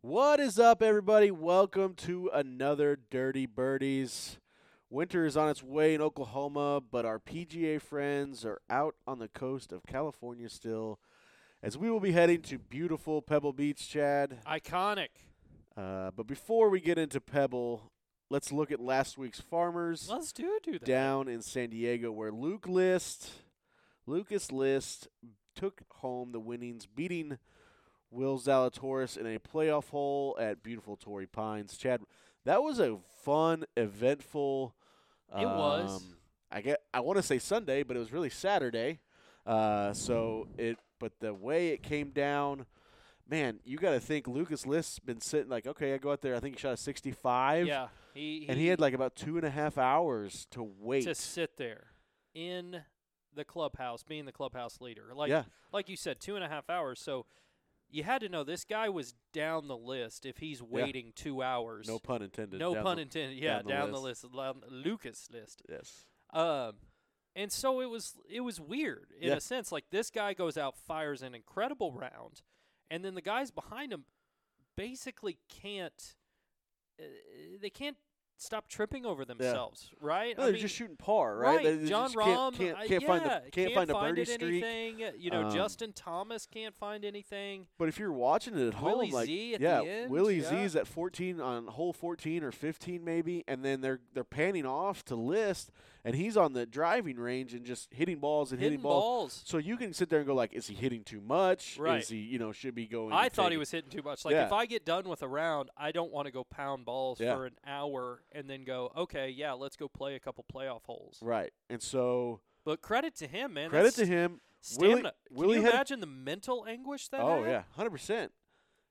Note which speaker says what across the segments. Speaker 1: What is up, everybody? Welcome to another Dirty Birdies. Winter is on its way in Oklahoma, but our PGA friends are out on the coast of California still, as we will be heading to beautiful Pebble Beach, Chad.
Speaker 2: Iconic.
Speaker 1: Uh, but before we get into Pebble, let's look at last week's Farmers
Speaker 2: Let's do do that.
Speaker 1: down in San Diego, where Luke List, Lucas List, took home the winnings, beating Will Zalatoris in a playoff hole at beautiful Torrey Pines. Chad, that was a fun, eventful.
Speaker 2: It was.
Speaker 1: um, I get. I want to say Sunday, but it was really Saturday. Uh, so it. But the way it came down. Man, you got to think Lucas List's been sitting like, okay, I go out there. I think he shot a 65
Speaker 2: yeah. He,
Speaker 1: and he had like about two and a half hours to wait.
Speaker 2: to sit there in the clubhouse, being the clubhouse leader. Like
Speaker 1: Yeah.
Speaker 2: like you said, two and a half hours. So you had to know this guy was down the list if he's waiting two hours.
Speaker 1: no pun intended.
Speaker 2: No
Speaker 1: down
Speaker 2: pun
Speaker 1: the-
Speaker 2: intended. Yeah,
Speaker 1: down the
Speaker 2: down the list, down the Lucas list.
Speaker 1: Yes.
Speaker 2: Um, and so it was it was weird in
Speaker 1: Yeah.
Speaker 2: a sense. Like this guy goes out, fires an incredible round, and then the guys behind him basically can't uh, they can't stop tripping over themselves, right?
Speaker 1: No,
Speaker 2: I
Speaker 1: they're
Speaker 2: mean,
Speaker 1: just shooting par, right? They- they
Speaker 2: John
Speaker 1: just
Speaker 2: Rahm
Speaker 1: can't, can't,
Speaker 2: I-
Speaker 1: can't find the
Speaker 2: yeah,
Speaker 1: can't, find a birdie
Speaker 2: it
Speaker 1: streak.
Speaker 2: anything. You know,
Speaker 1: Um,
Speaker 2: Justin Thomas can't find anything.
Speaker 1: But if you're watching it at home,
Speaker 2: Willie
Speaker 1: like
Speaker 2: Z at the
Speaker 1: yeah,
Speaker 2: end,
Speaker 1: Willie
Speaker 2: yeah.
Speaker 1: Z's at 14 on hole 14 or 15 maybe, and then they're they're panning off to list, and he's on the driving range and just hitting balls and
Speaker 2: Hitting
Speaker 1: hitting balls.
Speaker 2: balls.
Speaker 1: So you can sit there and go like, is he hitting too much?
Speaker 2: Right.
Speaker 1: Is he you know should be going?
Speaker 2: I
Speaker 1: and
Speaker 2: thought he
Speaker 1: taking-
Speaker 2: was hitting too much. Like
Speaker 1: Yeah.
Speaker 2: if I get done with a round, I don't want to go pound balls
Speaker 1: Yeah.
Speaker 2: for an hour and then go, okay, yeah, let's go play a couple playoff holes.
Speaker 1: right, and so
Speaker 2: But credit to him, man.
Speaker 1: credit
Speaker 2: that's
Speaker 1: to him. Willie-
Speaker 2: Stamina. Can
Speaker 1: Willie
Speaker 2: you
Speaker 1: had-
Speaker 2: imagine the mental anguish that?
Speaker 1: Oh
Speaker 2: had?
Speaker 1: yeah, hundred percent.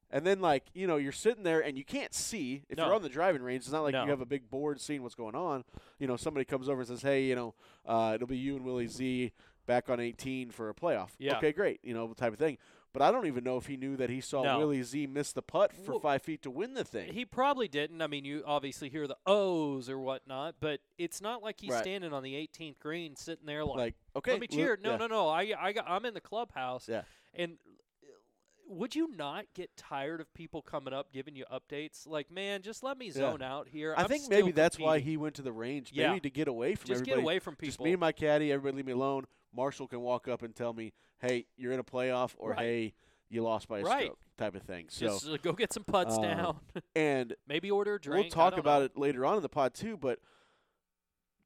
Speaker 1: And then like you know you're sitting there and you can't see if you're
Speaker 2: No.
Speaker 1: on the driving range. It's not like
Speaker 2: No.
Speaker 1: you have a big board seeing what's going on. You know somebody comes over and says, hey, you know, uh, it'll be you and Willie Z back on 18 for a playoff.
Speaker 2: Yeah.
Speaker 1: Okay, great. You know type of thing. But I don't even know if he knew that he saw
Speaker 2: No.
Speaker 1: Willie Z miss the putt for
Speaker 2: Well,
Speaker 1: five feet to win the thing.
Speaker 2: He probably didn't. I mean, you obviously hear the O's or whatnot, but it's not like he's
Speaker 1: Right.
Speaker 2: standing on the 18th green, sitting there like,
Speaker 1: like okay,
Speaker 2: let me
Speaker 1: Wil-
Speaker 2: cheer. No,
Speaker 1: yeah.
Speaker 2: no, no. I, I got, I'm in the clubhouse.
Speaker 1: Yeah.
Speaker 2: And uh, would you not get tired of people coming up giving you updates? Like, man, just let me zone out here.
Speaker 1: I
Speaker 2: I'm
Speaker 1: think
Speaker 2: still
Speaker 1: maybe that's why
Speaker 2: competing."
Speaker 1: he went to the range,
Speaker 2: Yeah.
Speaker 1: maybe to get away from
Speaker 2: just
Speaker 1: everybody.
Speaker 2: get away from people.
Speaker 1: Just me and my caddy. Everybody leave me alone. Marshall can walk up and tell me, "Hey, you're in a playoff," or
Speaker 2: Right.
Speaker 1: "Hey, you lost by a
Speaker 2: Right.
Speaker 1: stroke," type of thing. So,
Speaker 2: just uh, go get some putts
Speaker 1: uh,
Speaker 2: down.
Speaker 1: and
Speaker 2: maybe order a drink.
Speaker 1: we'll talk about it later on in the pod too. But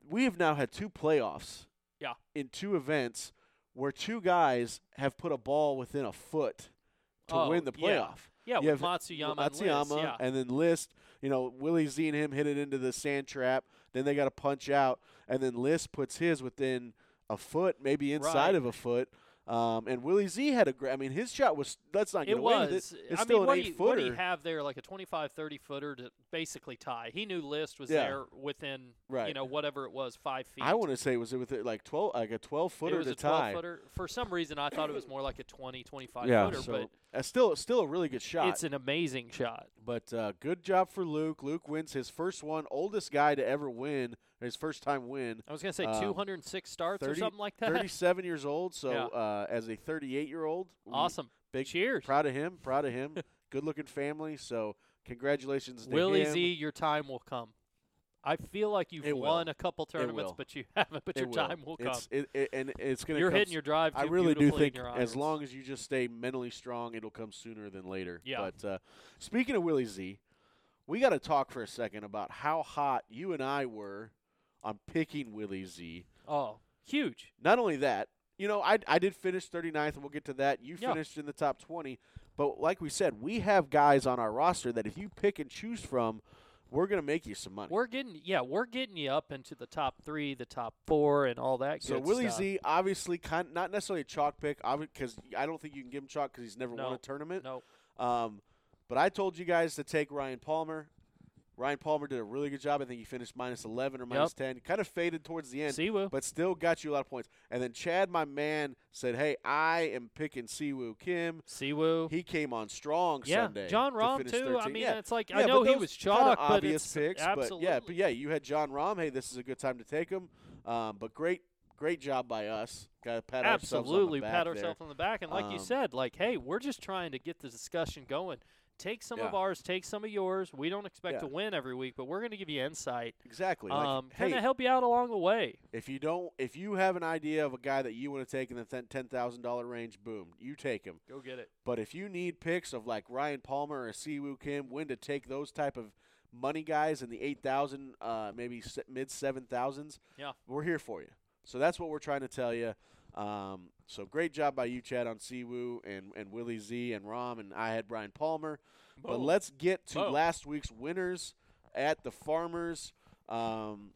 Speaker 1: we have now had two playoffs.
Speaker 2: Yeah.
Speaker 1: In two events, where two guys have put a ball within a foot to win the playoff.
Speaker 2: Oh, Yeah,
Speaker 1: You have
Speaker 2: with Matsuyama. and Liz,
Speaker 1: Matsuyama,
Speaker 2: yeah.
Speaker 1: and then List. You know, Willie Z and him hit it into the sand trap. Then they got to punch out, and then List puts his within a foot, maybe inside
Speaker 2: Right.
Speaker 1: of a foot. Um, and Willie Z had a great. I mean, his shot was. Let's not get
Speaker 2: it
Speaker 1: away
Speaker 2: was.
Speaker 1: with it.
Speaker 2: I
Speaker 1: It's
Speaker 2: mean,
Speaker 1: still
Speaker 2: what,
Speaker 1: an
Speaker 2: do
Speaker 1: eight
Speaker 2: you, what do you
Speaker 1: footer,
Speaker 2: have there? Like a 25, 30 footer to basically tie. He knew List was
Speaker 1: Yeah.
Speaker 2: there within,
Speaker 1: Right.
Speaker 2: you know, whatever it was, five feet.
Speaker 1: I want to say was it with it like twelve, like a twelve
Speaker 2: it
Speaker 1: footer
Speaker 2: was
Speaker 1: to
Speaker 2: a 12
Speaker 1: tie.
Speaker 2: footer. For some reason, I thought it was more like a 20, 25
Speaker 1: yeah,
Speaker 2: footer,
Speaker 1: so
Speaker 2: but
Speaker 1: uh, still, still a really good shot.
Speaker 2: it's an amazing shot.
Speaker 1: But uh, good job for Luke. Luke wins his first one, oldest guy to ever win, his first time win.
Speaker 2: I was going to say
Speaker 1: Um,
Speaker 2: 206 starts
Speaker 1: 30
Speaker 2: or something like that.
Speaker 1: 37 years old. So
Speaker 2: Yeah.
Speaker 1: uh, as a 38 year old, we-
Speaker 2: awesome.
Speaker 1: Big
Speaker 2: Cheers.
Speaker 1: Proud of him. Proud of him. Good looking family. So congratulations to
Speaker 2: Willie
Speaker 1: him.
Speaker 2: Z, your time will come. I feel like you've
Speaker 1: It will.
Speaker 2: won a couple tournaments,
Speaker 1: will.
Speaker 2: but you haven't. But
Speaker 1: It
Speaker 2: your
Speaker 1: will.
Speaker 2: time will come.
Speaker 1: It's, it, it, and it's gonna.
Speaker 2: You're
Speaker 1: come
Speaker 2: hitting
Speaker 1: s-
Speaker 2: your drive.
Speaker 1: I
Speaker 2: too
Speaker 1: really do
Speaker 2: beautifully in
Speaker 1: think
Speaker 2: your
Speaker 1: as
Speaker 2: irons.
Speaker 1: long as you just stay mentally strong, it'll come sooner than later.
Speaker 2: Yeah.
Speaker 1: But uh, speaking of Willie Z, we got to talk for a second about how hot you and I were on picking Willie Z.
Speaker 2: Oh, huge.
Speaker 1: Not only that, you know, I I did finish 39th, and we'll get to that. You
Speaker 2: Yeah.
Speaker 1: finished in the top 20, but like we said, we have guys on our roster that if you pick and choose from, we're gonna make you some money.
Speaker 2: We're getting yeah, we're getting you up into the top three, the top four, and all that.
Speaker 1: so
Speaker 2: good
Speaker 1: Willie
Speaker 2: stuff.
Speaker 1: Z, obviously, kind not necessarily a chalk pick, because I don't think you can give him chalk because he's never won
Speaker 2: No.
Speaker 1: a tournament.
Speaker 2: No,
Speaker 1: Um, but I told you guys to take Ryan Palmer. Ryan Palmer did a really good job. I think he finished minus 11 or minus 10. Kind of faded towards the end.
Speaker 2: Siwoo.
Speaker 1: but still got you a lot of points. And then Chad, my man, said, "Hey, I am picking Siwoo Kim.
Speaker 2: Siwoo.
Speaker 1: He came on strong
Speaker 2: yeah,
Speaker 1: Sunday.
Speaker 2: John
Speaker 1: to
Speaker 2: Rahm
Speaker 1: finish
Speaker 2: too.
Speaker 1: 13th.
Speaker 2: I mean,
Speaker 1: yeah.
Speaker 2: it's like
Speaker 1: Yeah,
Speaker 2: I
Speaker 1: but
Speaker 2: know he
Speaker 1: those
Speaker 2: was
Speaker 1: kinda
Speaker 2: chalk, but
Speaker 1: obvious
Speaker 2: it's
Speaker 1: picks,
Speaker 2: absolutely.
Speaker 1: but yeah, but yeah, you had John Rahm. Hey, this is a good time to take him. Um, but great, great job by us. Got to pat ourselves on the
Speaker 2: absolutely
Speaker 1: back
Speaker 2: pat
Speaker 1: there.
Speaker 2: ourselves on the back and like you
Speaker 1: Um,
Speaker 2: said like hey we're just trying to get the discussion going take some of
Speaker 1: Yeah.
Speaker 2: ours, take some of yours. We don't expect
Speaker 1: Yeah.
Speaker 2: to win every week, but we're going to give you insight.
Speaker 1: Exactly. Like,
Speaker 2: Um,
Speaker 1: hey,
Speaker 2: kind of help you out along the way.
Speaker 1: if you don't, if you have an idea of a guy that you want to take in the ten thousand dollar range, boom, you take him.
Speaker 2: Go get it.
Speaker 1: But if you need picks of like Ryan Palmer or Siwoo Kim, when to take those type of money guys in the eight thousand, uh, maybe se- mid seven thousands,
Speaker 2: Yeah.
Speaker 1: we're here for you. So that's what we're trying to tell you. Um, so great job by you, Chad, on Siwoo and and Willie Z and Rom, and I had Brian Palmer. But
Speaker 2: Boom.
Speaker 1: let's get to
Speaker 2: Boom.
Speaker 1: last week's winners at the Farmers. Um,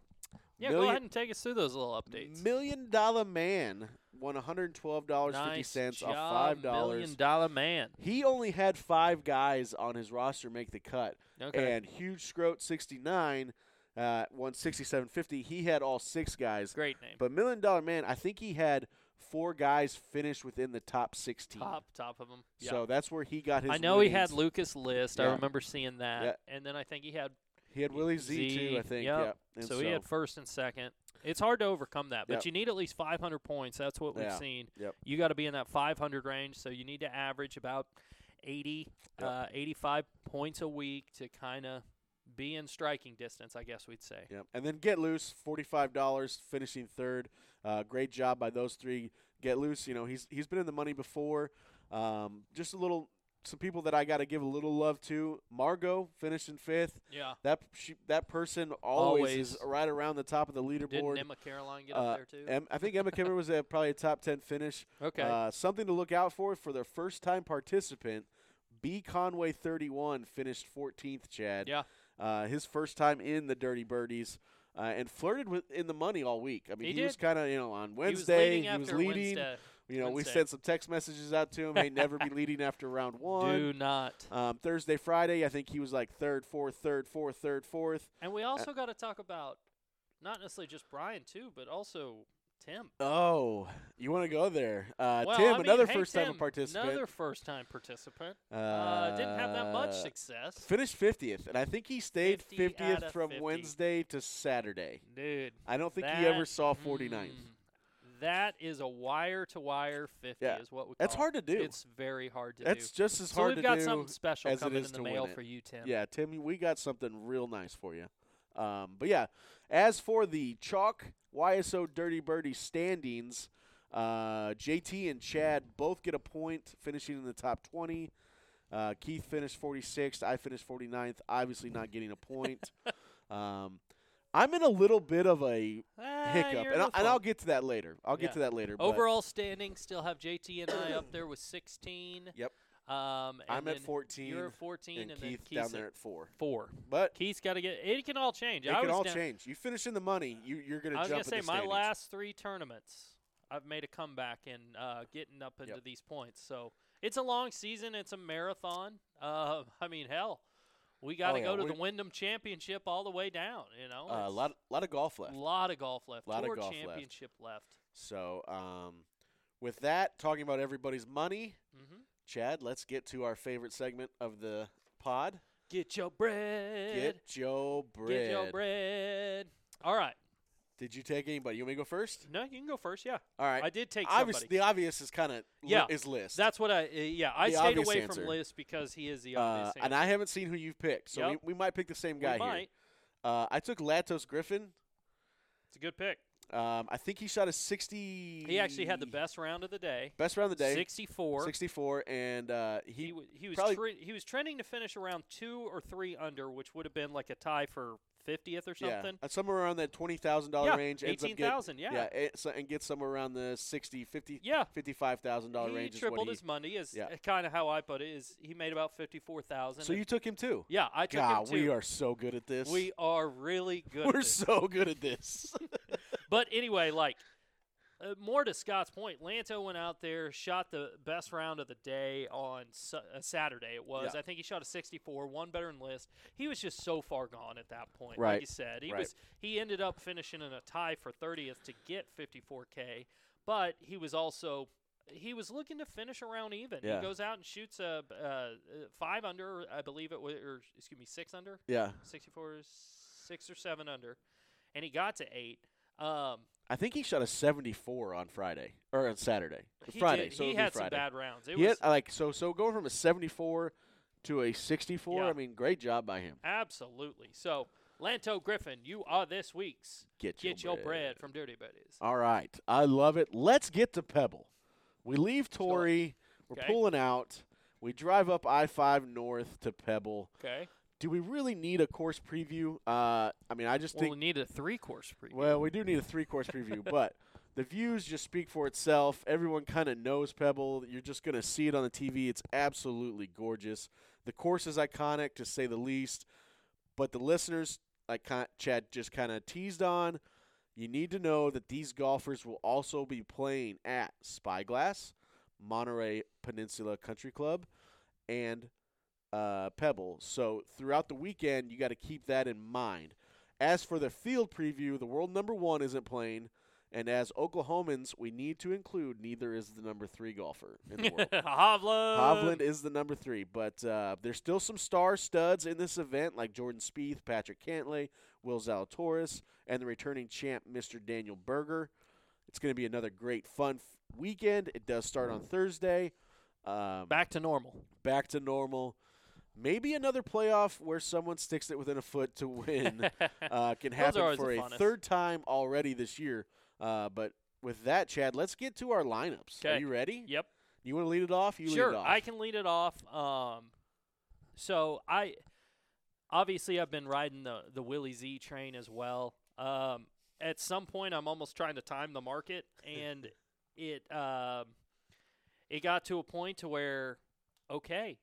Speaker 2: yeah, go
Speaker 1: million-
Speaker 2: ahead and take us through those little updates.
Speaker 1: Million Dollar Man won one hundred twelve dollars fifty
Speaker 2: nice
Speaker 1: cents
Speaker 2: job,
Speaker 1: off five
Speaker 2: Million
Speaker 1: dollars.
Speaker 2: dollar man.
Speaker 1: He only had five guys on his roster make the cut,
Speaker 2: Okay,
Speaker 1: and Huge Scroat sixty nine uh, won sixty seven fifty. He had all six guys,
Speaker 2: great name.
Speaker 1: but Million Dollar Man, I think he had four guys finish within the top sixteen.
Speaker 2: Top, top of them. Yeah.
Speaker 1: So that's where he got his.
Speaker 2: I know he had
Speaker 1: winnings.
Speaker 2: Lucas List. I
Speaker 1: Yeah.
Speaker 2: remember seeing that, and then I think he had
Speaker 1: He had Willie Z,
Speaker 2: Z,
Speaker 1: too, I think.
Speaker 2: yep.
Speaker 1: Yep. And
Speaker 2: so, he had first and second. It's hard to overcome that, but
Speaker 1: Yep.
Speaker 2: you need at least 500 points. That's what we've
Speaker 1: Yeah.
Speaker 2: seen.
Speaker 1: Yep.
Speaker 2: You got to be in that 500 range, so you need to average about 80,
Speaker 1: Yep.
Speaker 2: uh, 85 points a week to kind of be in striking distance, I guess we'd say.
Speaker 1: Yep. And then Get Loose, forty-five dollars, finishing third. Uh, great job by those three. Get Loose, you know he's he's been in the money before. Um, just a little, some people that I got to give a little love to. Margot finishing fifth.
Speaker 2: Yeah.
Speaker 1: That she, that person always, is
Speaker 2: Always.
Speaker 1: right around the top of the
Speaker 2: Didn't
Speaker 1: leaderboard.
Speaker 2: Emma Caroline get
Speaker 1: uh,
Speaker 2: up there too?
Speaker 1: Em- I think Emma Kimmer was at probably a top ten finish.
Speaker 2: okay.
Speaker 1: Uh, something to look out for for their first time participant. B Conway 31 finished 14th. Chad.
Speaker 2: Yeah.
Speaker 1: Uh, his first time in the Dirty Birdies. Uh, and flirted with in the money all week. I mean,
Speaker 2: He
Speaker 1: he, was
Speaker 2: did.
Speaker 1: kind of you know on
Speaker 2: he
Speaker 1: Wednesday
Speaker 2: was leading after
Speaker 1: leading.
Speaker 2: Wednesday.
Speaker 1: You know, we
Speaker 2: Wednesday.
Speaker 1: sent some text messages out to him. Hey, never be leading after round one.
Speaker 2: Do not.
Speaker 1: Um, Thursday, Friday, I think he was like third, fourth, third, fourth, third, fourth.
Speaker 2: And we also got to talk about not necessarily just Brian too, but also Tim.
Speaker 1: Oh, you want to go there, uh,
Speaker 2: well, I
Speaker 1: Tim?
Speaker 2: mean,
Speaker 1: another
Speaker 2: hey,
Speaker 1: first time
Speaker 2: Tim,
Speaker 1: participant.
Speaker 2: Another first time participant. Uh, didn't have that much
Speaker 1: Uh,
Speaker 2: success.
Speaker 1: Finished fiftieth, and I think he stayed
Speaker 2: 50 out
Speaker 1: fiftieth
Speaker 2: of
Speaker 1: from
Speaker 2: 50.
Speaker 1: Wednesday to Saturday.
Speaker 2: Dude.
Speaker 1: I don't think he
Speaker 2: that-
Speaker 1: ever saw 49th.
Speaker 2: mm, that is a wire to wire 50
Speaker 1: Yeah.
Speaker 2: is what we call
Speaker 1: That's hard to do.
Speaker 2: it. oh, It's very hard to
Speaker 1: That's
Speaker 2: do.
Speaker 1: just as
Speaker 2: so
Speaker 1: hard
Speaker 2: we've
Speaker 1: to
Speaker 2: got
Speaker 1: do.
Speaker 2: something special
Speaker 1: as it
Speaker 2: coming
Speaker 1: is
Speaker 2: in the
Speaker 1: to win
Speaker 2: mail
Speaker 1: it.
Speaker 2: for you, Tim.
Speaker 1: yeah, Tim, we got something real nice for you. Um, but yeah, as for the chalk YSO Dirty Birdie standings, uh, JT and Chad both get a point, finishing in the top twenty. Uh, Keith finished 46th. I finished 49th. Obviously, not getting a point. um, I'm in a little bit of a
Speaker 2: Ah,
Speaker 1: hiccup,
Speaker 2: you're
Speaker 1: and, I,
Speaker 2: in the
Speaker 1: and I'll
Speaker 2: funk.
Speaker 1: get to that later. I'll
Speaker 2: Yeah.
Speaker 1: get to that later. but-
Speaker 2: Overall standing, still have JT and I up there with 16.
Speaker 1: Yep.
Speaker 2: Um, and
Speaker 1: I'm at
Speaker 2: then
Speaker 1: 14.
Speaker 2: You're at 14,
Speaker 1: and,
Speaker 2: and,
Speaker 1: Keith
Speaker 2: then
Speaker 1: down
Speaker 2: Keith's
Speaker 1: there
Speaker 2: at
Speaker 1: at four.
Speaker 2: four.
Speaker 1: But
Speaker 2: Keith's got to get. It can all change.
Speaker 1: it
Speaker 2: I
Speaker 1: can
Speaker 2: was
Speaker 1: all
Speaker 2: down,
Speaker 1: change. You finish in the money, you, you're going
Speaker 2: I
Speaker 1: to
Speaker 2: was
Speaker 1: jump.
Speaker 2: gonna
Speaker 1: in
Speaker 2: say
Speaker 1: the
Speaker 2: my
Speaker 1: standings.
Speaker 2: last three tournaments, I've made a comeback in uh, getting up into these points. So it's a long season. It's a marathon. Uh, I mean, hell, we got to
Speaker 1: Oh, yeah,
Speaker 2: go to
Speaker 1: we-
Speaker 2: the Wyndham Championship all the way down. You know,
Speaker 1: Uh, a
Speaker 2: It's
Speaker 1: lot, lot of golf left.
Speaker 2: lot of golf left.
Speaker 1: Lot of
Speaker 2: Tour
Speaker 1: golf left.
Speaker 2: championship left.
Speaker 1: So, um, with that, talking about everybody's money,
Speaker 2: hmm
Speaker 1: Chad, let's get to our favorite segment of the pod.
Speaker 2: Get your bread.
Speaker 1: Get Joe bread.
Speaker 2: Get your bread. All right.
Speaker 1: Did you take anybody? You want me to go first?
Speaker 2: No, you can go first. Yeah,
Speaker 1: All right.
Speaker 2: I did take
Speaker 1: Obvious,
Speaker 2: somebody.
Speaker 1: the obvious is kind of
Speaker 2: Yeah.
Speaker 1: is list.
Speaker 2: That's what I. Uh, yeah, I
Speaker 1: the
Speaker 2: stayed
Speaker 1: obvious
Speaker 2: away
Speaker 1: answer.
Speaker 2: from List because he is the
Speaker 1: uh,
Speaker 2: obvious.
Speaker 1: and
Speaker 2: answer.
Speaker 1: I haven't seen who you've picked, so
Speaker 2: Yep.
Speaker 1: we, we might pick the same
Speaker 2: We
Speaker 1: guy
Speaker 2: might.
Speaker 1: here. Uh, I took Latos Griffin.
Speaker 2: It's a good pick.
Speaker 1: Um, I think he shot a 60.
Speaker 2: He actually had the best round of the day.
Speaker 1: best round of the day,
Speaker 2: 64.
Speaker 1: 64, and uh,
Speaker 2: he
Speaker 1: he
Speaker 2: w- he was
Speaker 1: probably-
Speaker 2: tre- he was trending to finish around 2 or 3 under, which would have been like a tie for 50th or
Speaker 1: yeah,
Speaker 2: something.
Speaker 1: uh, somewhere around that twenty thousand dollar range. ends up getting-
Speaker 2: 18,000, yeah.
Speaker 1: yeah, it- so- and get somewhere around the 60, 50,
Speaker 2: Yeah.
Speaker 1: fifty-five thousand dollar
Speaker 2: he
Speaker 1: range. Is
Speaker 2: tripled
Speaker 1: what he,
Speaker 2: his money is
Speaker 1: yeah.
Speaker 2: kind of how I put it is he made about 54,000.
Speaker 1: so
Speaker 2: and-
Speaker 1: you took him too.
Speaker 2: Yeah, I took
Speaker 1: God,
Speaker 2: him too.
Speaker 1: we are so good at this.
Speaker 2: We are really good. at
Speaker 1: we're
Speaker 2: this.
Speaker 1: so good at this.
Speaker 2: But anyway, like uh, more to Scott's point, Lanto went out there, shot the best round of the day on su- uh, Saturday. It was,
Speaker 1: Yeah.
Speaker 2: I think, he shot a 64, one better than List. He was just so far gone at that point.
Speaker 1: Right,
Speaker 2: Like you said, he
Speaker 1: right.
Speaker 2: was. He ended up finishing in a tie for 30th to get 54k, but he was also. He was looking to finish around even.
Speaker 1: Yeah.
Speaker 2: He goes out and shoots a uh, uh, five under, I believe it was, or excuse me, six under.
Speaker 1: yeah,
Speaker 2: 64 is six or seven under, and he got to eight. Um,
Speaker 1: I think he shot a seventy-four on Friday or on Saturday.
Speaker 2: he
Speaker 1: Friday,
Speaker 2: did-
Speaker 1: so
Speaker 2: he
Speaker 1: it'd be
Speaker 2: had
Speaker 1: Friday.
Speaker 2: some bad rounds. It
Speaker 1: He
Speaker 2: was
Speaker 1: had, uh, like so so going from a 74 to a 64.
Speaker 2: Yeah.
Speaker 1: I mean, great job by him.
Speaker 2: Absolutely. So, Lanto Griffin, you are this week's
Speaker 1: Get,
Speaker 2: Get Your, bread. from Dirty Buddies.
Speaker 1: All right. I love it. Let's get to Pebble. We leave
Speaker 2: go.
Speaker 1: Torrey. We're
Speaker 2: Okay.
Speaker 1: pulling out. We drive up I 5 north to Pebble.
Speaker 2: Okay.
Speaker 1: Do we really need a course preview? Uh, I mean, I just
Speaker 2: Well,
Speaker 1: think.
Speaker 2: we need a three course preview.
Speaker 1: Well, we do need a three course preview, but the views just speak for itself. Everyone kind of knows Pebble. You're just going to see it on the TV. It's absolutely gorgeous. The course is iconic, to say the least, but the listeners, like ki- Chad just kind of teased on, you need to know that these golfers will also be playing at Spyglass, Monterey Peninsula Country Club, and uh, Pebble. So throughout the weekend, you got to keep that in mind. As for the field preview, the world number one isn't playing, and as Oklahomans, we need to include neither is the number three golfer in the world.
Speaker 2: Hovland.
Speaker 1: Hovland is the number three, but uh, there's still some star studs in this event like Jordan Spieth, Patrick Cantlay, Will Zalatoris, and the returning champ, Mr. Daniel Berger. It's going to be another great, fun f- weekend. It does start on Thursday. Um,
Speaker 2: Back to normal.
Speaker 1: back to normal. Maybe another playoff where someone sticks it within a foot to win uh, can
Speaker 2: Those are
Speaker 1: happen
Speaker 2: always
Speaker 1: for
Speaker 2: the
Speaker 1: a
Speaker 2: funnest.
Speaker 1: third time already this year. Uh, but with that, Chad, let's get to our lineups. Are
Speaker 2: 'Kay.
Speaker 1: you ready?
Speaker 2: yep.
Speaker 1: You want to lead it off? You
Speaker 2: sure,
Speaker 1: lead it off.
Speaker 2: I can lead it off. Um, so I obviously I've been riding the the Willie Z train as well. Um, at some point, I'm almost trying to time the market, and it um, it got to a point to where okay,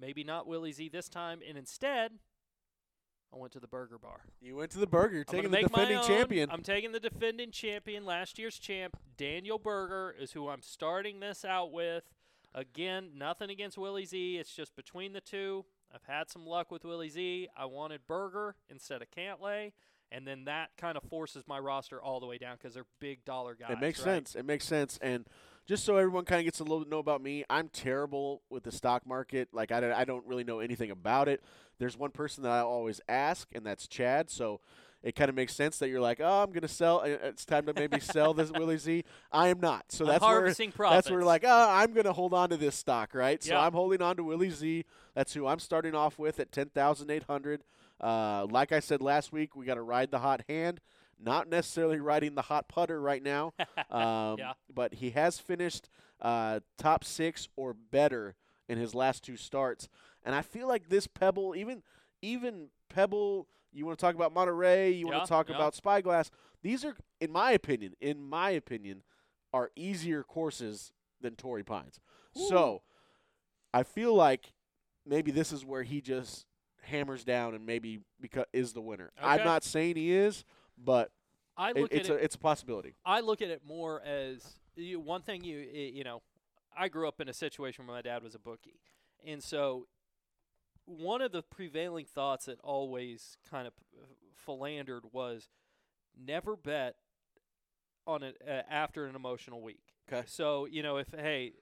Speaker 2: maybe not Willie Z this time, and instead. I went to the burger bar.
Speaker 1: You went to the burger. You're
Speaker 2: I'm gonna
Speaker 1: taking the
Speaker 2: make my
Speaker 1: defending
Speaker 2: own.
Speaker 1: champion.
Speaker 2: I'm taking the defending champion, last year's champ, Daniel Berger, is who I'm starting this out with. Again, nothing against Willie Z. It's just between the two. I've had some luck with Willie Z. I wanted Berger instead of Cantlay, and then that kind of forces my roster all the way down because they're big dollar guys.
Speaker 1: it makes
Speaker 2: right?
Speaker 1: sense. It makes sense. And just so everyone kind of gets a little know about me, I'm terrible with the stock market. Like I, don't- I don't really know anything about it. There's one person that I always ask, and that's Chad. So it kind of makes sense that you're like, oh, I'm gonna sell. uh, It's time to maybe sell this Willie Z. I am not. So
Speaker 2: I'm
Speaker 1: that's where
Speaker 2: harvesting profits.
Speaker 1: that's where like, oh, I'm going to hold on to this stock, right? So
Speaker 2: Yeah.
Speaker 1: I'm holding on to Willie Z. That's who I'm starting off with at 10,800. Uh, like I said last week, we got to ride the hot hand. Not necessarily riding the hot putter right now, um,
Speaker 2: Yeah.
Speaker 1: but he has finished uh, top six or better in his last two starts, and I feel like this Pebble, even even Pebble, you want to talk about Monterey, you want
Speaker 2: Yeah,
Speaker 1: to talk
Speaker 2: yeah.
Speaker 1: about Spyglass. These are, in my opinion, in my opinion, are easier courses than Torrey Pines. So I feel like maybe this is where he just hammers down and maybe beca- is the winner. I'm
Speaker 2: Okay.
Speaker 1: not saying he is, but
Speaker 2: I
Speaker 1: it,
Speaker 2: look at
Speaker 1: it's
Speaker 2: it
Speaker 1: a it's a possibility.
Speaker 2: I look at it more as you, one thing you i- you know, I grew up in a situation where my dad was a bookie, and so one of the prevailing thoughts that always kind of uh, philandered was never bet on it uh, after an emotional week.
Speaker 1: 'Kay.
Speaker 2: So you know if hey.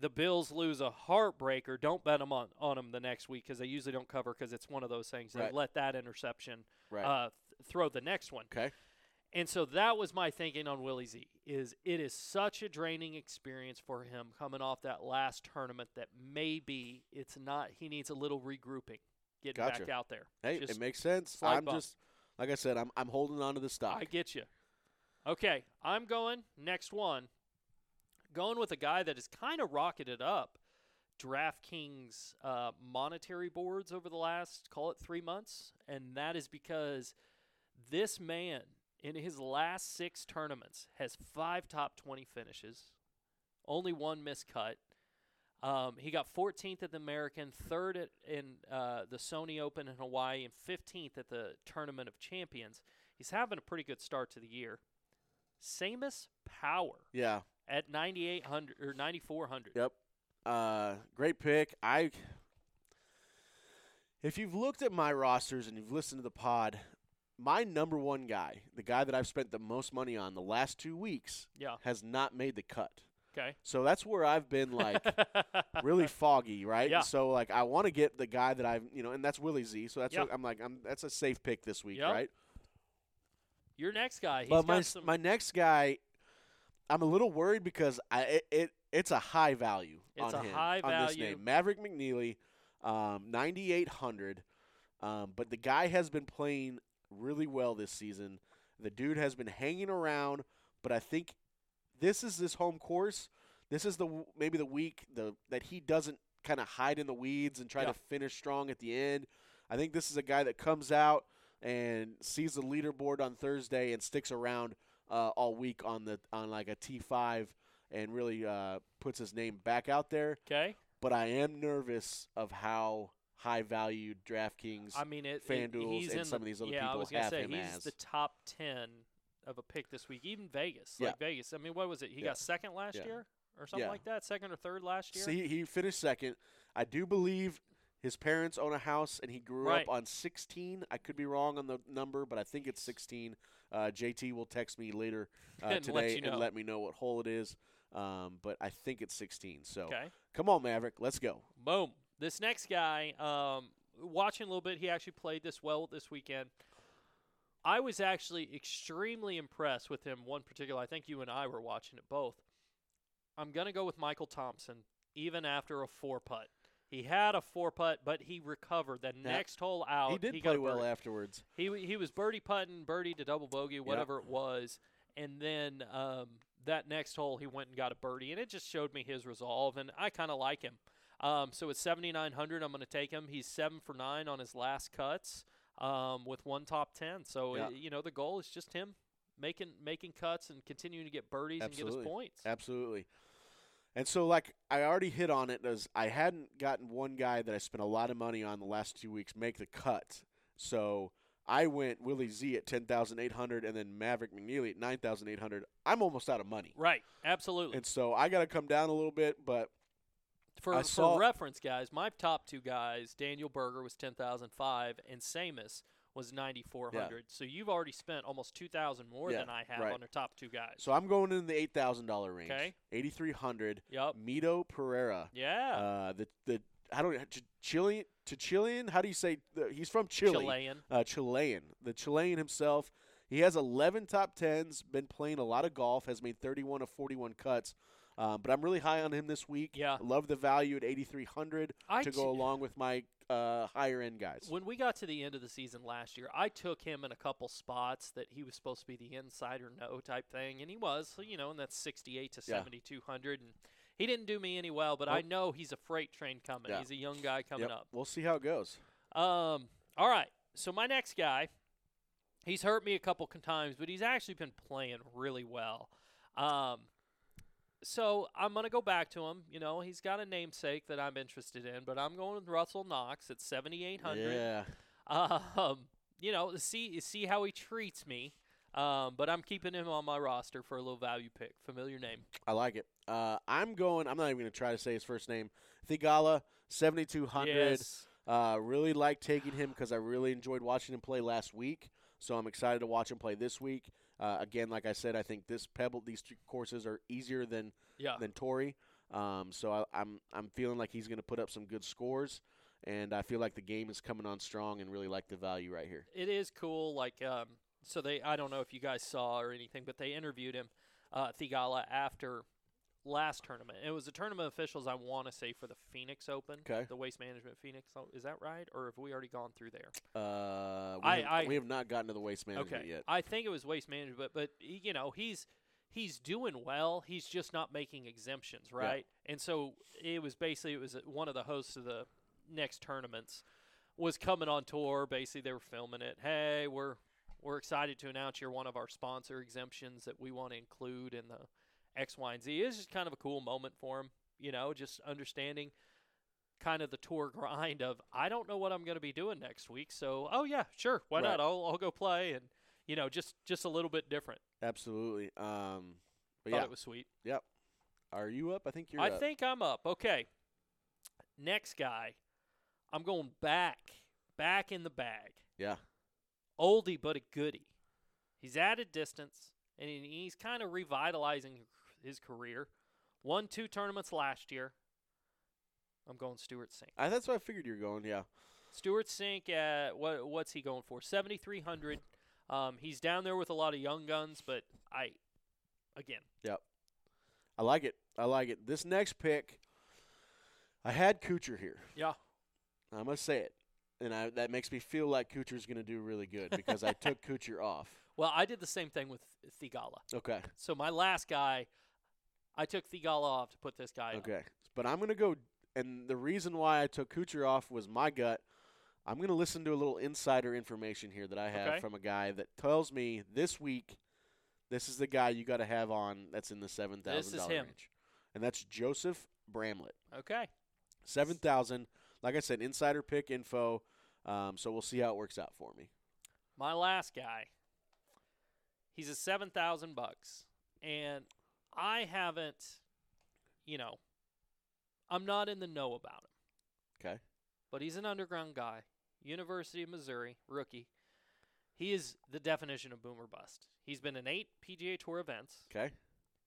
Speaker 2: The Bills lose a heartbreaker. Don't bet 'em on on 'em the next week because they usually don't cover because it's one of those things. They
Speaker 1: Right.
Speaker 2: let that interception
Speaker 1: Right.
Speaker 2: uh, th- throw the next one.
Speaker 1: 'Kay.
Speaker 2: And so that was my thinking on Willie Z is it is such a draining experience for him coming off that last tournament that maybe it's not he needs a little regrouping, getting back
Speaker 1: Gotcha.
Speaker 2: out there.
Speaker 1: hey,
Speaker 2: Just-
Speaker 1: it makes sense.
Speaker 2: slight
Speaker 1: I'm
Speaker 2: bump.
Speaker 1: just like I said, I'm I'm holding on to the stock.
Speaker 2: I get you. Okay, I'm going next one. Going with a guy that has kind of rocketed up DraftKings uh, monetary boards over the last call it three months, and that is because this man in his last six tournaments has five top twenty finishes, only one miscut. Um, he got 14th at the American, third at, in uh, the Sony Open in Hawaii, and 15th at the Tournament of Champions. He's having a pretty good start to the year. Samus Power
Speaker 1: yeah.
Speaker 2: at 9800 or 9400.
Speaker 1: Yep. Uh, great pick. I. If you've looked at my rosters and you've listened to the pod, my number one guy, the guy that I've spent the most money on the last two weeks,
Speaker 2: Yeah.
Speaker 1: has not made the cut.
Speaker 2: Okay.
Speaker 1: So that's where I've been like really foggy, right?
Speaker 2: Yeah.
Speaker 1: So like I want to get the guy that I've you know, and that's Willie Z. So that's
Speaker 2: Yeah.
Speaker 1: what I'm like, I'm that's a safe pick this week,
Speaker 2: Yep.
Speaker 1: right?
Speaker 2: Your next guy, he's
Speaker 1: but
Speaker 2: got
Speaker 1: my
Speaker 2: some
Speaker 1: my next guy, I'm a little worried because I it, it it's a high value
Speaker 2: It's
Speaker 1: on
Speaker 2: a
Speaker 1: him
Speaker 2: high
Speaker 1: on this
Speaker 2: value.
Speaker 1: name, Maverick McNeely. um, 9,800. Um, but the guy has been playing really well this season. The dude has been hanging around, but I think this is this home course. This is the w- maybe the week the that he doesn't kind of hide in the weeds and try
Speaker 2: Yeah.
Speaker 1: to finish strong at the end. I think this is a guy that comes out and sees the leaderboard on Thursday and sticks around uh, all week on the on like a T five and really uh, puts his name back out there.
Speaker 2: Okay.
Speaker 1: But I am nervous of how high valued DraftKings.
Speaker 2: I mean, it. it-
Speaker 1: FanDuel's
Speaker 2: he's
Speaker 1: and
Speaker 2: in
Speaker 1: some
Speaker 2: the,
Speaker 1: of these other
Speaker 2: yeah, I
Speaker 1: people
Speaker 2: was gonna
Speaker 1: have
Speaker 2: say
Speaker 1: him
Speaker 2: he's
Speaker 1: as.
Speaker 2: the top ten of a pick this week. Even Vegas,
Speaker 1: Yeah.
Speaker 2: like Vegas. I mean, what was it? He
Speaker 1: Yeah.
Speaker 2: got second last
Speaker 1: Yeah.
Speaker 2: year or something
Speaker 1: Yeah.
Speaker 2: like that. Second or third last year.
Speaker 1: So he, he finished second. I do believe his parents own a house, and he grew
Speaker 2: Right.
Speaker 1: up on 16. I could be wrong on the number, but I think it's 16. Uh, JT will text me later uh,
Speaker 2: And let
Speaker 1: today
Speaker 2: you know.
Speaker 1: and let me know what hole it is. Um, but I think it's 16. So
Speaker 2: okay.
Speaker 1: come on, Maverick, let's go.
Speaker 2: Boom. This next guy, um, watching a little bit, he actually played this well this weekend. I was actually extremely impressed with him. One particular, I think you and I were watching it both. I'm gonna go with Michael Thompson, even after a four putt. He had a four putt, but he recovered. The next hole out,
Speaker 1: he did
Speaker 2: he got
Speaker 1: play
Speaker 2: a
Speaker 1: well
Speaker 2: birdie.
Speaker 1: afterwards.
Speaker 2: He w- he was birdie putting, birdie to double bogey, whatever it was, and then um, that next hole he went and got a birdie, and it just showed me his resolve, and I kind of like him. Um, so at 7,900, I'm going to take him. He's seven for nine on his last cuts, um, with one top ten. So
Speaker 1: Yeah.
Speaker 2: uh, you know the goal is just him making making cuts and continuing to get birdies and get
Speaker 1: Absolutely.
Speaker 2: his points.
Speaker 1: Absolutely. And so, like, I already hit on it as I hadn't gotten one guy that I spent a lot of money on the last two weeks make the cut. So I went Willie Z at 10,800 and then Maverick McNeely at 9,800. I'm almost out of money.
Speaker 2: Right, absolutely.
Speaker 1: And so I got to come down a little bit, but
Speaker 2: For,
Speaker 1: I saw-
Speaker 2: for reference, guys, my top two guys, Daniel Berger was ten thousand five, and Samus was ninety four hundred. So you've already spent almost two thousand more
Speaker 1: Yeah,
Speaker 2: than I have
Speaker 1: right.
Speaker 2: on the top two guys.
Speaker 1: so I'm going in the $8,000 range.
Speaker 2: Okay.
Speaker 1: 8,300.
Speaker 2: yep.
Speaker 1: Mito Pereira.
Speaker 2: Yeah.
Speaker 1: Uh, the, the, I don't, Ch- Chilean, Ch- Chilean? How do you say? The, he's from Chile.
Speaker 2: Chilean.
Speaker 1: uh, Chilean. The Chilean himself, he has 11 top tens, been playing a lot of golf, has made 31 of 41 cuts. Um, but I'm really high on him this week.
Speaker 2: Yeah.
Speaker 1: Love the value at 8,300
Speaker 2: I
Speaker 1: to
Speaker 2: t-
Speaker 1: go along with my uh, higher end guys.
Speaker 2: when we got to the end of the season last year, I took him in a couple spots that he was supposed to be the insider no type thing, and he was, you know, and that's sixty eight to
Speaker 1: Yeah.
Speaker 2: seventy two hundred and he didn't do me any well, but I
Speaker 1: Nope.
Speaker 2: know he's a freight train coming.
Speaker 1: Yeah.
Speaker 2: He's a young guy coming
Speaker 1: Yep.
Speaker 2: up.
Speaker 1: We'll see how it goes.
Speaker 2: Um, all right. So my next guy, he's hurt me a couple con- times, but he's actually been playing really well. Um, so I'm gonna go back to him. You know, he's got a namesake that I'm interested in, but I'm going with Russell Knox at 7,800.
Speaker 1: Yeah.
Speaker 2: Um, you know, see see how he treats me. Um, but I'm keeping him on my roster for a little value pick. Familiar name.
Speaker 1: I like it. Uh, I'm going, I'm not even going to try to say his first name. Thigala, 7,200.
Speaker 2: Yes.
Speaker 1: Uh, really like taking him because I really enjoyed watching him play last week. So I'm excited to watch him play this week. Uh, again, like I said, I think this pebble these two courses are easier than
Speaker 2: Yeah.
Speaker 1: than Torrey. Um, so I, I'm I'm feeling like he's going to put up some good scores, and I feel like the game is coming on strong and really like the value right here.
Speaker 2: it is cool. Like, um, so they, I don't know if you guys saw or anything, but they interviewed him, uh, Thigala, after last tournament. It was a tournament of officials, I want to say, for the Phoenix Open,
Speaker 1: 'Kay.
Speaker 2: the Waste Management Phoenix. O- Is that right? Or have we already gone through there?
Speaker 1: Uh, we,
Speaker 2: I-
Speaker 1: have,
Speaker 2: I-
Speaker 1: we have not gotten to the waste management
Speaker 2: okay.
Speaker 1: yet.
Speaker 2: I think it was Waste Management, but, y- you know, he's. He's doing well. He's just not making exemptions, right? And so it was basically it was uh, one of the hosts of the next tournaments was coming on tour. Basically, they were filming it. Hey, we're we're excited to announce you're one of our sponsor exemptions that we want to include in the X, Y, and Z. It's just kind of a cool moment for him, you know, just understanding kind of the tour grind of I don't know what I'm going to be doing next week, so oh yeah, sure, why
Speaker 1: Right.
Speaker 2: not? I'll I'll go play and you know just just a little bit different.
Speaker 1: Absolutely. Um, but
Speaker 2: Thought
Speaker 1: yeah,
Speaker 2: it was sweet.
Speaker 1: are you up? I think you're.
Speaker 2: I
Speaker 1: up.
Speaker 2: think I'm up. Okay. Next guy, I'm going back, back in the bag.
Speaker 1: Yeah.
Speaker 2: Oldie, but a goodie. He's at a distance, and he- he's kind of revitalizing his career. Won two tournaments last year. I'm going Stuart Sink.
Speaker 1: I, that's what I figured you're going. Yeah.
Speaker 2: Stuart Sink at what? What's he going for? Seventy three hundred. Um, he's down there with a lot of young guns, but I, again,
Speaker 1: I like it. I like it. This next pick, I had Kucher here.
Speaker 2: Yeah.
Speaker 1: I must say it, and I, that makes me feel like Kucher's going to do really good because I took Kucher off.
Speaker 2: Well, I did the same thing with Thigala.
Speaker 1: Okay,
Speaker 2: So my last guy, I took Thigala off to put this guy. on.
Speaker 1: okay, but I'm going to go, and the reason why I took Kucher off was my gut. I'm going to listen to a little insider information here that I have
Speaker 2: Okay.
Speaker 1: from a guy that tells me this week, this is the guy you got to have on that's in the seven
Speaker 2: This
Speaker 1: thousand
Speaker 2: is
Speaker 1: dollar
Speaker 2: him.
Speaker 1: range, and that's Joseph Bramlett.
Speaker 2: Okay.
Speaker 1: Seven thousand. Like I said, insider pick info. Um, so we'll see how it works out for me.
Speaker 2: My last guy. He's a seven thousand bucks, and I haven't, you know, I'm not in the know about him.
Speaker 1: 'Kay.
Speaker 2: But he's an underground guy, University of Missouri rookie. He is the definition of boomer bust. He's been in eight PGA Tour events.
Speaker 1: Okay.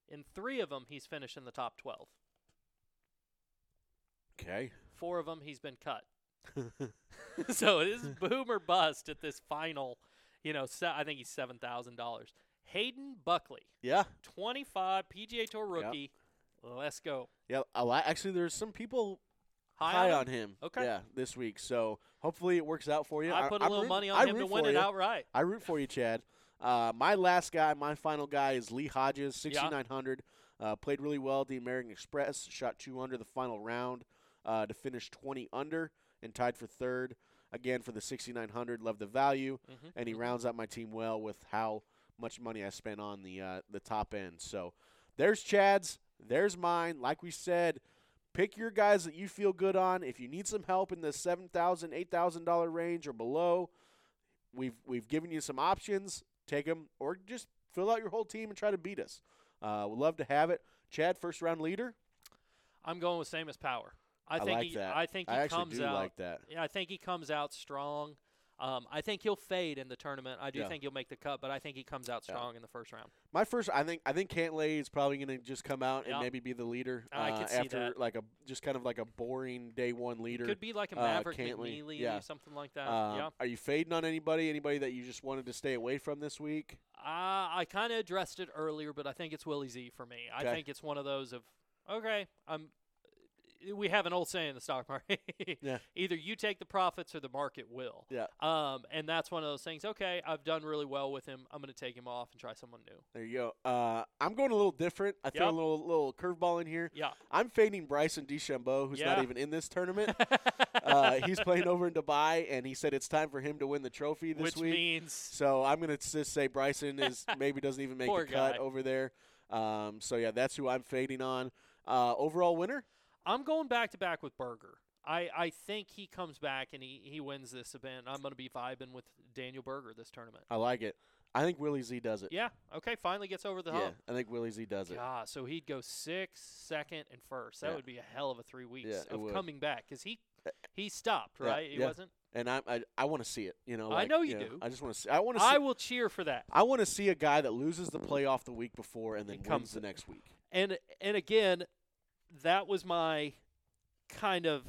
Speaker 2: In three of them, he's finished in the top twelve.
Speaker 1: Okay.
Speaker 2: Four of them, he's been cut. so it is boom or bust at this final. You know, se- I think he's seven thousand dollars. Hayden Buckley,
Speaker 1: yeah.
Speaker 2: twenty-five PGA Tour
Speaker 1: Yep.
Speaker 2: rookie. Let's go.
Speaker 1: Yeah. A lot. Actually, there's some people high, on, him.
Speaker 2: Okay.
Speaker 1: Yeah. This week. So hopefully it works out for you.
Speaker 2: I put a
Speaker 1: I'm
Speaker 2: little
Speaker 1: rooting-
Speaker 2: money on
Speaker 1: I
Speaker 2: him to
Speaker 1: root
Speaker 2: win
Speaker 1: for
Speaker 2: it
Speaker 1: you.
Speaker 2: outright.
Speaker 1: I root for you, Chad. Uh, my last guy, my final guy is Lee Hodges,
Speaker 2: Yeah.
Speaker 1: 6,900. Uh, played really well at the American Express, shot two under the final round uh, to finish 20 under and tied for third. Again, for the 6,900, love the value.
Speaker 2: Mhm.
Speaker 1: and he rounds out my team well with how much money I spent on the uh, the top end. So there's Chad's, there's mine. Like we said, pick your guys that you feel good on. If you need some help in the seven thousand, eight thousand dollar range or below, we've we've given you some options. Take them or just fill out your whole team and try to beat us. Uh, we'd love to have it. Chad, first round leader.
Speaker 2: I'm going with Samus Power. I
Speaker 1: I
Speaker 2: think
Speaker 1: like
Speaker 2: he.
Speaker 1: that.
Speaker 2: I think he
Speaker 1: I actually
Speaker 2: comes
Speaker 1: do
Speaker 2: out.
Speaker 1: like that.
Speaker 2: Yeah, I think he comes out strong. Um, I think he'll fade in the tournament. I do
Speaker 1: Yeah.
Speaker 2: think he'll make the cut, but I think he comes out
Speaker 1: Yeah.
Speaker 2: strong in the first round.
Speaker 1: My first, I think, I think Cantlay is probably going to just come out and
Speaker 2: Yeah.
Speaker 1: maybe be the leader
Speaker 2: I
Speaker 1: uh,
Speaker 2: could see
Speaker 1: after
Speaker 2: that.
Speaker 1: like a just kind of like a boring day one leader.
Speaker 2: Could be like a
Speaker 1: uh,
Speaker 2: Maverick
Speaker 1: Cantley,
Speaker 2: McNeely
Speaker 1: yeah.
Speaker 2: or something like that.
Speaker 1: Um,
Speaker 2: yeah.
Speaker 1: Are you fading on anybody? Anybody that you just wanted to stay away from this week?
Speaker 2: Uh, I kind of addressed it earlier, but I think it's Willie Z for me. I
Speaker 1: Okay.
Speaker 2: think it's one of those of okay, I'm. We have an old saying in the stock market:
Speaker 1: Yeah.
Speaker 2: either you take the profits or the market will.
Speaker 1: Yeah.
Speaker 2: Um, and that's one of those things. Okay, I've done really well with him. I'm going to take him off and try someone new.
Speaker 1: There you go. Uh, I'm going a little different. I throw
Speaker 2: Yep.
Speaker 1: a little little curveball in here.
Speaker 2: Yeah.
Speaker 1: I'm fading Bryson DeChambeau, who's
Speaker 2: Yeah.
Speaker 1: not even in this tournament. uh, he's playing over in Dubai, and he said it's time for him to win the trophy this
Speaker 2: Which
Speaker 1: week.
Speaker 2: means
Speaker 1: So I'm gonna just say Bryson is maybe doesn't even make
Speaker 2: Poor
Speaker 1: the cut
Speaker 2: guy.
Speaker 1: over there. Um, so yeah, that's who I'm fading on. Uh, overall winner.
Speaker 2: I'm going back to back with Berger. I, I think he comes back and he, he wins this event. I'm going to be vibing with Daniel Berger this tournament.
Speaker 1: I like it. I think Willie Z does it.
Speaker 2: Yeah. Okay. Finally gets over the
Speaker 1: yeah
Speaker 2: hump.
Speaker 1: I think Willie Z does it.
Speaker 2: God, so he'd go sixth, second, and first. That
Speaker 1: Yeah.
Speaker 2: would be a hell of a three weeks
Speaker 1: Yeah, it
Speaker 2: of
Speaker 1: would. Eh,
Speaker 2: coming back because he he stopped
Speaker 1: Yeah,
Speaker 2: right. He
Speaker 1: yeah.
Speaker 2: wasn't.
Speaker 1: And I I, I want to see it. You know.
Speaker 2: I
Speaker 1: like,
Speaker 2: know you do.
Speaker 1: I just want to see. I want to.
Speaker 2: I
Speaker 1: See,
Speaker 2: will cheer for that.
Speaker 1: I want to see a guy that loses the playoff the week before and then
Speaker 2: And
Speaker 1: comes
Speaker 2: comes
Speaker 1: the next week.
Speaker 2: And and again, that was my kind of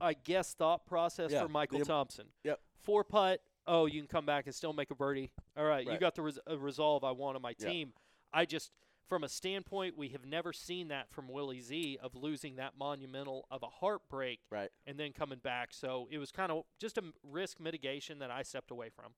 Speaker 2: I guess thought process
Speaker 1: Yeah,
Speaker 2: for Michael
Speaker 1: the-
Speaker 2: Thompson.
Speaker 1: yep.
Speaker 2: Four putt. Oh, you can come back and still make a birdie. All right, you
Speaker 1: Right.
Speaker 2: got the res- uh, resolve I want on my
Speaker 1: Yeah.
Speaker 2: team. I just from a standpoint we have never seen that from Willie Z of losing that monumental of a heartbreak
Speaker 1: Right.
Speaker 2: and then coming back. So it was kind of just a m- risk mitigation that I stepped away from.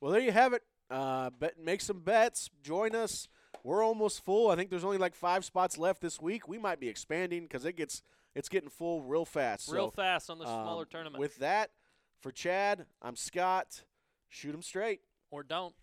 Speaker 1: Well, there you have it. Uh, bet make some bets. Join us. We're almost full. I think there's only like five spots left this week. We might be expanding because it gets it's getting full real fast.
Speaker 2: Real
Speaker 1: so,
Speaker 2: fast on the smaller
Speaker 1: um,
Speaker 2: tournament
Speaker 1: With that, for Chad, I'm Scott. Shoot 'em straight.
Speaker 2: or don't.